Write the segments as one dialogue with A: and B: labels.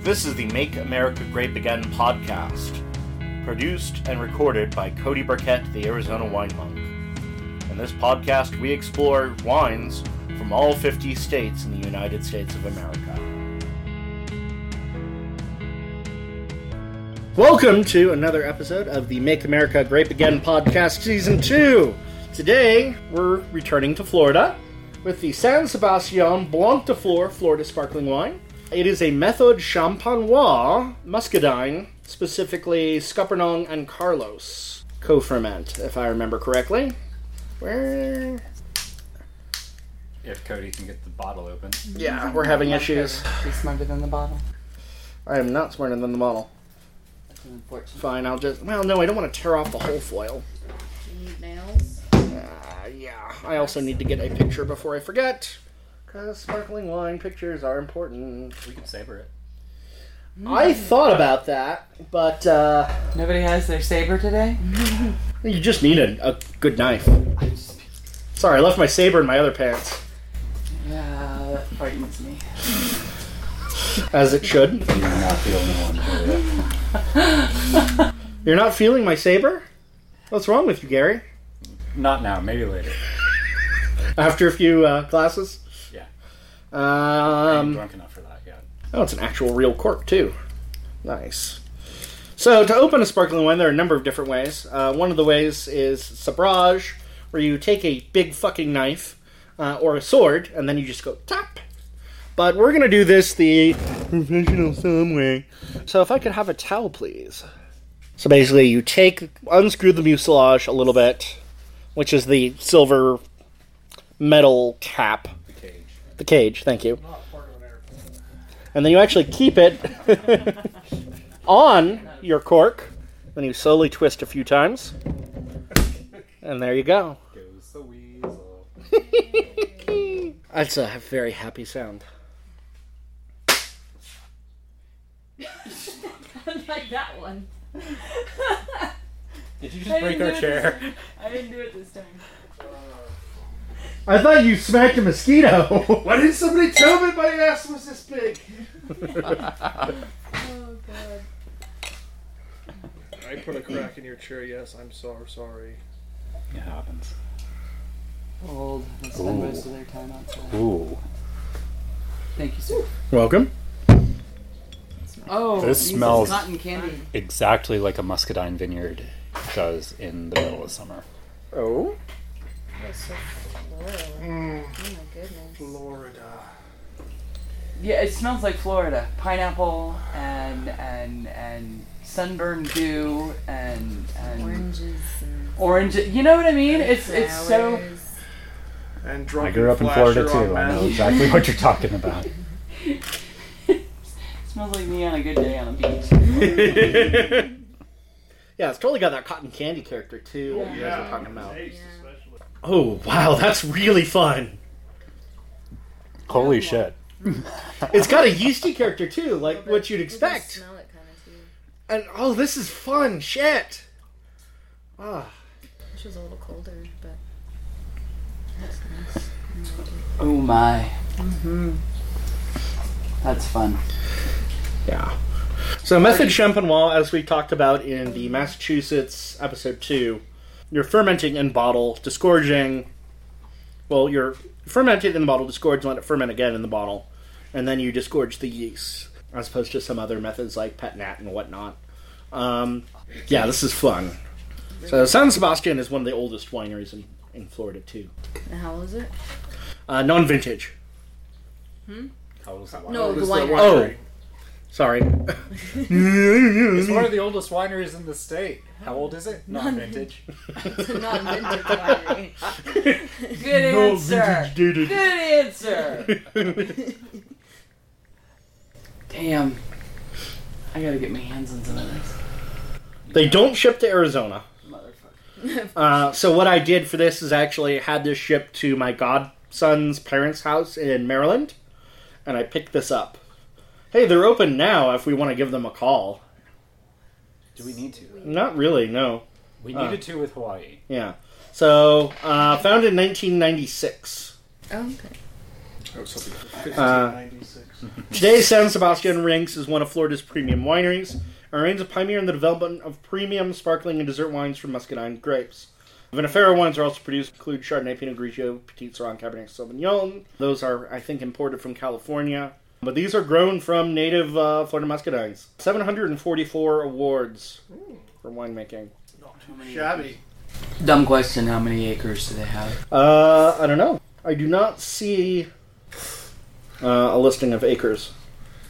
A: This is the Make America Grape Again podcast, produced and recorded by Cody Burkett, the Arizona Wine Monk. In this podcast, we explore wines from all 50 states in the United States of America. Welcome to another episode of the Make America Grape Again podcast, season two. Today, we're returning to Florida with the San Sebastian Blanc de Fleur Florida sparkling wine. It is a method champenois, muscadine, specifically Scuppernong and Carlos co-ferment, if I remember correctly. Where?
B: If Cody can get the bottle open.
A: Yeah, we're having issues.
C: Be smarter than the bottle.
A: I am not smarter than the model.
C: That's unfortunate.
A: Fine, I'll just. Well, no, I don't want to tear off the whole foil.
D: nails.
A: Uh, yeah, I also need to get a picture before I forget. Because sparkling wine pictures are important.
B: We can savor it.
A: I thought about that, but uh,
C: Nobody has their saber today.
A: you just need a, a good knife. Sorry, I left my saber in my other pants,
C: Yeah, that frightens me.
A: as it should.
B: You're not the only one. Julia.
A: You're not feeling my saber? What's wrong with you, Gary?
B: Not now. Maybe later.
A: After a few uh, glasses?
B: Yeah. I'm
A: Um,
B: drunk enough for that yet.
A: oh, it's an actual real cork, too. Nice. So, to open a sparkling wine, there are a number of different ways. Uh, one of the ways is sabrage, where you take a big fucking knife uh, or a sword, and then you just go tap. But we're going to do this the professional some way. So, if I could have a towel, please. So, basically, you take, unscrew the mucilage a little bit, which is the silver metal cap
B: The cage.
A: the cage. Thank you. And then you actually keep it on your cork. Then you slowly twist a few times, and there you go.
B: Goes the weasel.
A: That's a very happy sound.
D: like that one.
B: Did you just break our chair?
D: I didn't do it this time.
A: I thought you smacked a mosquito.
E: Why didn't somebody tell me my ass was this big?
D: Oh god.
E: I put a crack in your chair, yes, I'm so sorry.
B: It happens.
C: Old. They spend
B: Ooh.
C: most of their time outside.
B: Ooh.
C: Thank you, sir.
A: Welcome.
C: Oh,
B: This
C: these is
B: smells-
C: cotton candy.
B: Exactly like a muscadine vineyard does in the middle of summer.
A: Oh,
D: That's so floral. Oh my goodness.
E: Florida.
C: Yeah, it smells like Florida. Pineapple and and and sunburned dew and and
D: Oranges and
C: orange. You know what I mean? It's it's so.
D: flowers.
E: And
B: I
E: drunken
B: grew up in Florida
E: flasher on
B: too. I know
E: Mass-
B: exactly what you're talking about.
C: smells like me on a good day on the beach.
A: yeah, it's totally got that cotton candy character too. that you guys were
E: Yeah.
A: talking about.
E: Taste,
D: Yeah.
E: especially.
A: Oh wow, that's really fun.
B: Holy shit.
A: It's got a yeasty character too, like what
D: You
A: you'd
D: can
A: expect.
D: smell it kind of too.
A: And oh, this is fun shit. Ah.
D: Which was a little colder, but that's nice. I liked it.
C: Oh my. Mm-hmm. That's fun.
A: Yeah. So method champenois, as we talked about in the Massachusetts episode two, you're fermenting in bottle, disgorging. Well, you're fermented in the bottle, disgorge, let it ferment again in the bottle, and then you disgorge the yeast, as opposed to some other methods like pet nat and whatnot. Um, yeah, this is fun. So San Sebastian is one of the oldest wineries in, in Florida too.
D: And How was it?
A: Uh, non-vintage.
B: How was that?
D: No, the
E: This
D: wine.
E: is the
A: Oh.
E: winery.
A: Sorry.
B: It's one of the oldest wineries in the state. How old is it? Not vintage.
D: Not vintage winery.
C: Good answer. Good answer. Damn. I gotta get my hands on some of this.
A: they don't ship to Arizona.
C: Motherfucker.
A: Uh, so what I did for this is actually had this shipped to my godson's parents' house in Maryland, and I picked this up. Hey, they're open now. If we want to give them a call,
B: Do we need to?
A: not really. No,
B: We
A: Uh.
B: needed to with Hawaii.
A: yeah. So uh, founded in 1996.
D: Oh, okay.
E: I was hoping for 1596.
A: Today, San Sebastian ranks as one of Florida's premium wineries and remains a pioneer in the development of premium sparkling and dessert wines from muscadine grapes. Vinifera wines are also produced, include Chardonnay, Pinot Grigio, Petit Sauron, Cabernet Sauvignon. Those are, I think, imported from California. But these are grown from native uh, Florida muscadines. 744 awards for winemaking.
E: Shabby.
C: Dumb question. How many acres do they have?
A: Uh, I don't know. I do not see uh, a listing of acres.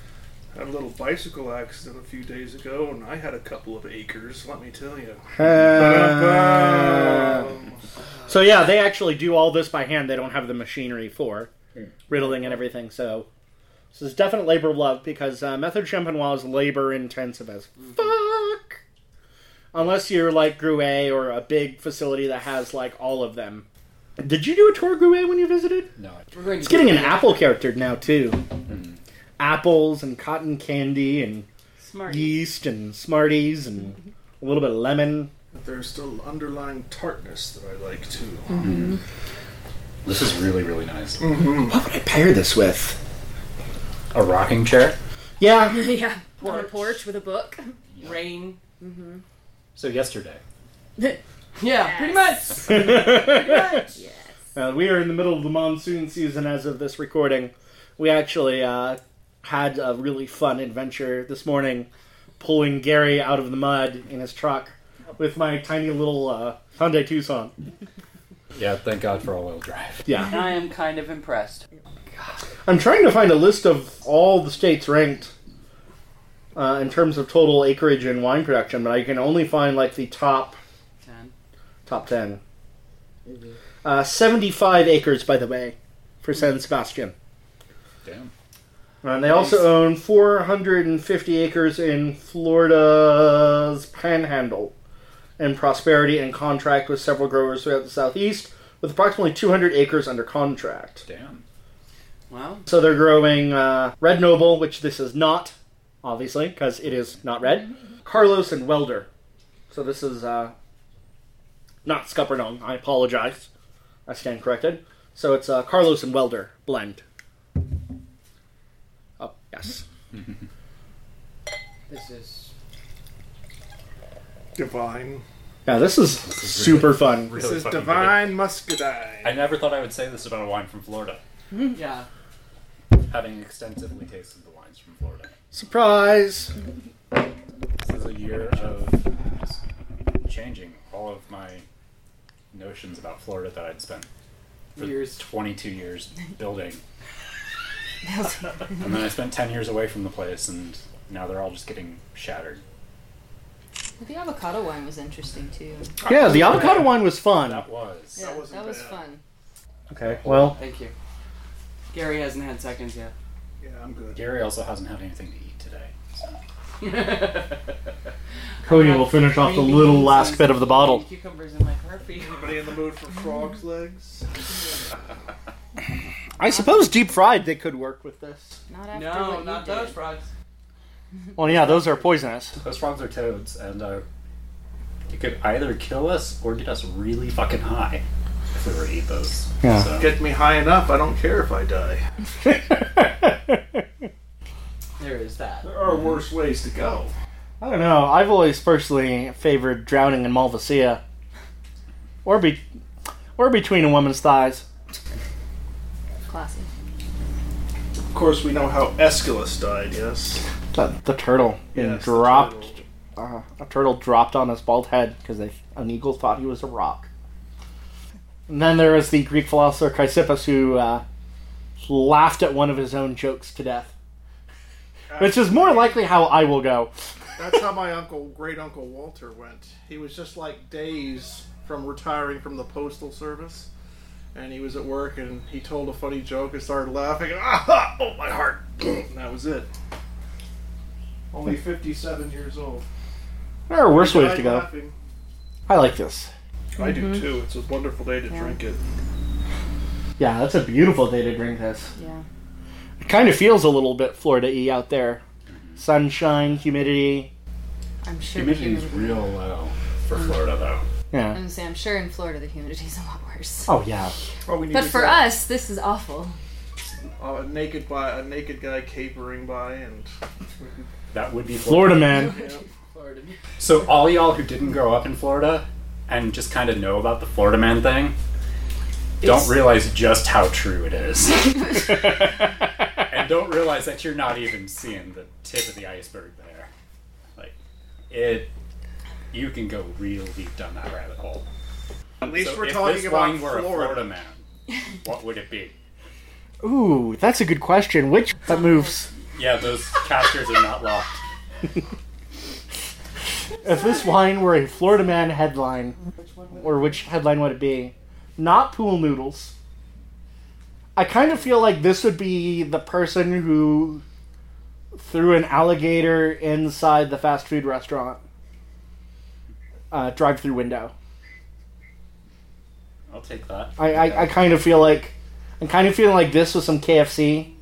E: Had a little bicycle accident a few days ago, and I had a couple of acres. Let me tell you. Uh,
A: Um, so yeah, they actually do all this by hand. They don't have the machinery for riddling and everything. So this is definite labor of love because uh, method champenois is labor intensive as fuck. Unless you're like Gruet or a big facility that has like all of them. Did you do a tour of Gruet when you visited?
B: No.
C: We're going to
A: It's getting an apple character now too. Apples and cotton candy and
C: Smart.
A: yeast and Smarties and a little bit of lemon.
E: But there's still underlying tartness that I like too.
B: This is really, really nice.
A: What would I pair this with?
B: A rocking chair.
A: Yeah,
D: yeah, on a porch with a book.
C: rain.
B: So yesterday.
C: Yeah, pretty much.
D: Yes.
A: Uh, we are in the middle of the monsoon season as of this recording. We actually uh, had a really fun adventure this morning, pulling Gary out of the mud in his truck with my tiny little uh, Hyundai Tucson.
B: Yeah, thank God for all-wheel drive.
A: Yeah,
C: I am kind of impressed.
A: I'm trying to find a list of all the states ranked uh, in terms of total acreage and wine production, but I can only find like the top
C: Ten.
A: top 10 Uh, Seventy-five acres, by the way, for San Sebastian.
B: Damn.
A: And they also own 450 acres in Florida's Panhandle in prosperity and contract with several growers throughout the southeast, with approximately 200 acres under contract.
B: Damn.
C: Wow.
A: So they're growing uh, Red Noble, which this is not, obviously, because it is not red. Carlos and Welder. So this is uh, not Scuppernong. I apologize. I stand corrected. So it's a Carlos and Welder blend. Oh, yes.
C: This is
E: Divine.
A: Yeah, this is super fun.
E: This is divine muscadine.
B: I never thought I would say this about a wine from Florida,
C: yeah.
B: having extensively tasted the wines from Florida.
A: Surprise!
B: This is a year of changing all of my notions about Florida that I'd spent for
C: Years.
B: 22 years building. and then I spent 10 years away from the place, and now they're all just getting shattered.
F: The avocado wine was interesting too.
A: Yeah, the avocado wine was fun.
B: That was.
F: Yeah,
E: wasn't
F: that was
E: bad.
F: fun.
A: Okay, well,
C: Thank you. Gary hasn't had seconds yet.
E: Yeah, I'm good.
B: Gary also hasn't had anything to eat today. So.
A: Cody will finish off the little last bit of the bottle.
C: Cucumbers in my coffee.
E: Anybody in the mood for frog's legs?
A: I suppose deep fried they could work with this.
F: Not after what
C: No,
F: you
C: not
F: did.
C: those frogs.
A: Well, yeah, those are poisonous.
B: Those frogs are toads, and uh, it could either kill us or get us really fucking high if we were to eat those.
A: Yeah.
B: So,
E: Get me high enough, I don't care if I die.
A: I
C: There is that.
E: There are worse ways to go.
A: don't know. I've always personally favored drowning in Malvasia, or be, or between a woman's thighs.
F: Classy.
E: Of course, we know how Aeschylus died, yes?
A: The, the turtle being
E: Yes, the
A: dropped.
E: turtle.
A: uh, a turtle dropped on his bald head because an eagle thought he was a rock. And then there was the Greek philosopher Chrysippus who uh, laughed at one of his own jokes to death, which is more likely how I will go.
E: That's how my uncle, great uncle Walter, went. He was just like days from retiring from the postal service, and he was at work, and he told a funny joke and started laughing. And, ah, oh my heart! and that was it. Only
A: Hmm.
E: fifty-seven years old.
A: There are worse ways
E: Died
A: to go.
E: laughing.
A: I like this.
E: I do too. It's a wonderful day to drink it.
A: Yeah, that's a beautiful day to drink this.
F: Yeah.
A: It kind of feels a little bit Florida-y out there. Sunshine, humidity.
F: I'm sure the
B: humidity is
F: humidity.
B: real low for Florida, though.
F: I'm
A: Yeah.
F: gonna say I'm sure in Florida the humidity is a lot worse.
A: Oh yeah.
E: All we need
F: But
E: is
F: for
E: that-
F: us, this is awful.
E: uh, a naked by a naked guy capering by, and
B: That would be
A: Florida man.
E: you know,
C: Florida.
B: So all y'all who didn't grow up in Florida and just kind of know about the Florida man thing
C: It's-
B: don't realize just how true it is. and don't realize that you're not even seeing the tip of the iceberg there. Like it you can go real deep down that rabbit hole.
E: at least
B: So
E: we're
B: if
E: talking
B: this
E: about
B: wine were a Florida
E: Florida.
B: man, what would it be?
A: Ooh, that's a good question. Which that moves?
B: Yeah, those casters are not locked.
A: If this wine were a Florida man headline,
C: Which one would
A: or which headline would it be? Not pool noodles. I kind of feel like this would be the person who threw an alligator inside the fast food restaurant uh, drive-through window.
B: I'll take that.
A: I, I, I kind of feel like I'm kind of feeling like this with some KFC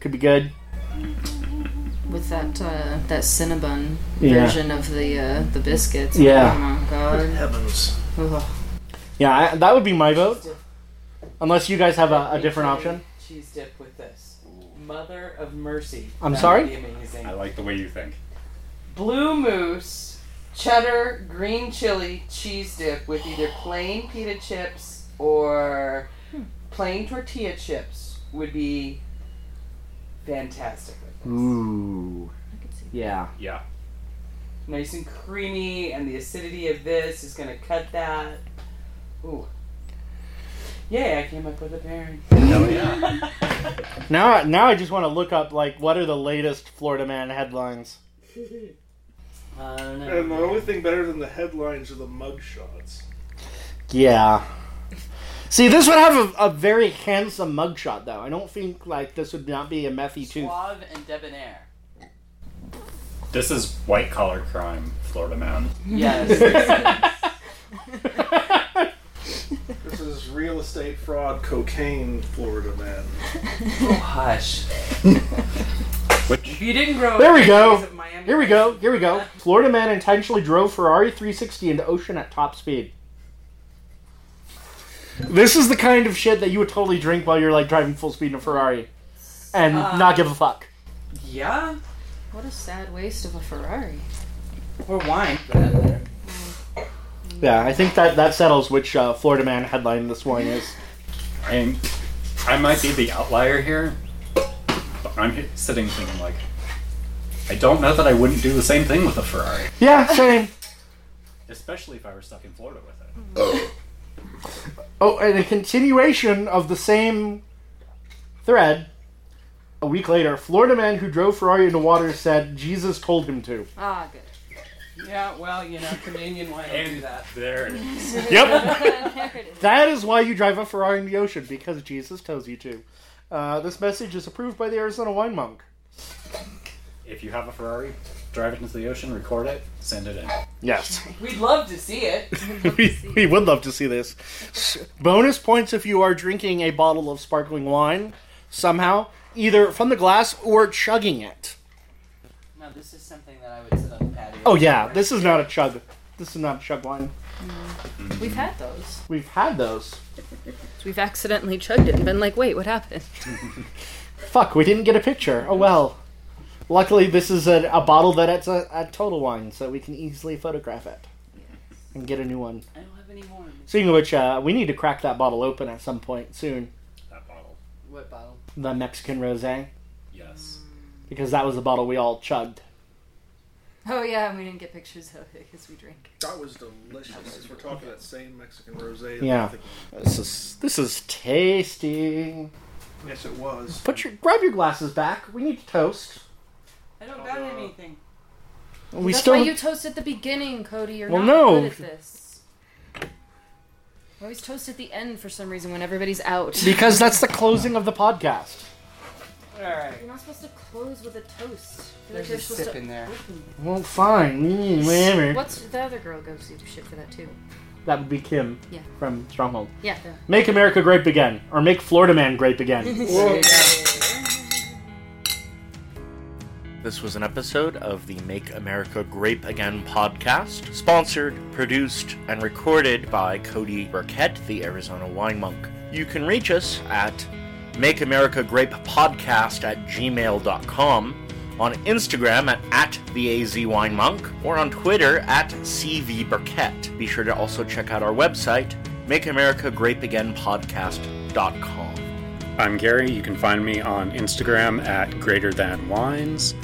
A: could be good.
F: With that uh, that Cinnabon
A: Yeah.
F: version of the uh, the biscuits.
A: Yeah.
F: Oh my god.
E: heavens.
F: Ugh.
A: Yeah, I, that would be my vote. Unless you guys have a, a different option.
C: Cheese dip with this. Mother of mercy.
A: I'm
C: That
A: sorry?
C: would be amazing.
B: I like the way you think.
C: Blue moose, cheddar, green chili, cheese dip with either plain pita chips or plain tortilla chips would be fantastic. with this.
A: Ooh.
F: I could see
A: Yeah.
B: Yeah.
C: Nice and creamy, and the acidity of this is gonna cut that. Ooh. Yay, I came up with a pairing.
B: Hell yeah.
A: Now, now I just want to look up like what are the latest Florida Man headlines.
C: I don't know.
E: And the only thing better than the headlines are the mug shots.
A: Yeah. See, this would have a, a very handsome mugshot, though. I don't think like this would not be a methy tooth.
C: Suave and debonair.
B: This is white collar crime, Florida man.
C: Yes.
E: This is real estate fraud, cocaine, Florida man.
C: oh, hush.
B: Which
C: If you didn't grow up
A: There we
C: in the
A: go.
C: days of Miami
A: Here we go. Here we go. Florida man intentionally drove Ferrari 360 into ocean at top speed. This is the kind of shit that you would totally drink while you're like driving full speed in a Ferrari and not give a fuck.
C: Yeah,
F: What a sad waste of a Ferrari.
C: or wine for that matter.
A: Yeah, I think that that settles which uh, Florida man headline this one is.
B: and I might be the outlier here, but I'm he- sitting thinking like, I don't know that I wouldn't do the same thing with a Ferrari,
A: Yeah, same.
B: especially if I were stuck in Florida with it.
A: Oh, and a continuation of the same thread. A week later, Florida man who drove Ferrari into water said Jesus told him to.
F: Ah, good.
C: Yeah, well, you know, communion wine will do
B: And
C: that.
B: there it is.
A: Yep.
F: there it is.
A: That is why you drive a Ferrari in the ocean because Jesus tells you to. Uh, this message is approved by the Arizona Wine Monk.
B: If you have a Ferrari, drive it into the ocean, record it, send it in.
A: Yes,
C: We'd love to see it.
A: we, we would love to see this. S- Bonus points if you are drinking a bottle of sparkling wine somehow, either from the glass or chugging it.
C: No, this is something that I would sit on the patio.
A: Oh yeah, this is not a chug. This is not a chug wine.
F: We've had those.
A: We've had those.
F: We've accidentally chugged it and been like, wait, what happened?
A: Fuck, we didn't get a picture. Oh well. Luckily, this is a, a bottle that it's a, a total wine, so we can easily photograph it and get a new one.
C: I don't have any more. in this-
A: Speaking of which, uh, we need to crack that bottle open at some point soon.
B: That bottle.
C: What bottle?
A: The Mexican rosé,
B: Yes.
A: because that was the bottle we all chugged.
F: Oh yeah, and we didn't get pictures of it because we drank.
E: That was delicious. Since we're talking that same Mexican rosé.
A: Yeah. This is this is tasty.
E: Yes, it was.
A: Put your grab your glasses back. We need to toast.
C: I don't got
E: Uh,
C: anything.
A: We
F: That's
A: still
F: why you toast at the beginning, Cody. You're
A: Well,
F: not
A: no.
F: good at this. I always toast at the end for some reason when everybody's out.
A: because that's the closing of the podcast.
C: All right.
F: You're not supposed to close with a toast. I feel like
C: There's
F: you're
C: a
F: supposed
C: sip
F: to
C: in there.
F: open it.
A: Well, fine, Mm, whatever.
F: What's the other girl goes to shit for that too?
A: That would be Kim
F: Yeah.
A: from Stronghold.
F: Yeah.
A: Make America Grape Again, or Make Florida Man Grape Again.
G: This was an episode of the Make America Grape Again podcast, sponsored, produced, and recorded by Cody Burkett, the Arizona Wine Monk. You can reach us at
A: Make America Grape Podcast at gmail.com, on Instagram at, at the AZ Wine Monk, or on Twitter at CV Burkett. Be sure to also check out our website, makeamericagreateagainpodcast.com.
B: I'm Gary. You can find me on Instagram at Greater Than Wines,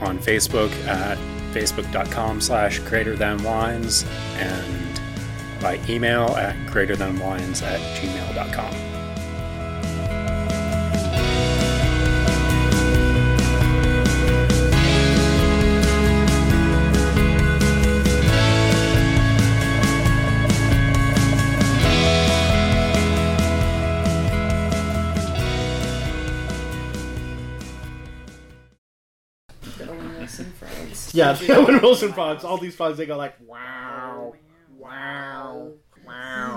B: on Facebook at facebook.com slash greater than wines, and by email at greater than wines at gmail.com.
F: The Owen Wilson frogs.
C: Yeah, the Owen Wilson frogs. All these frogs, they go like, wow, wow, wow.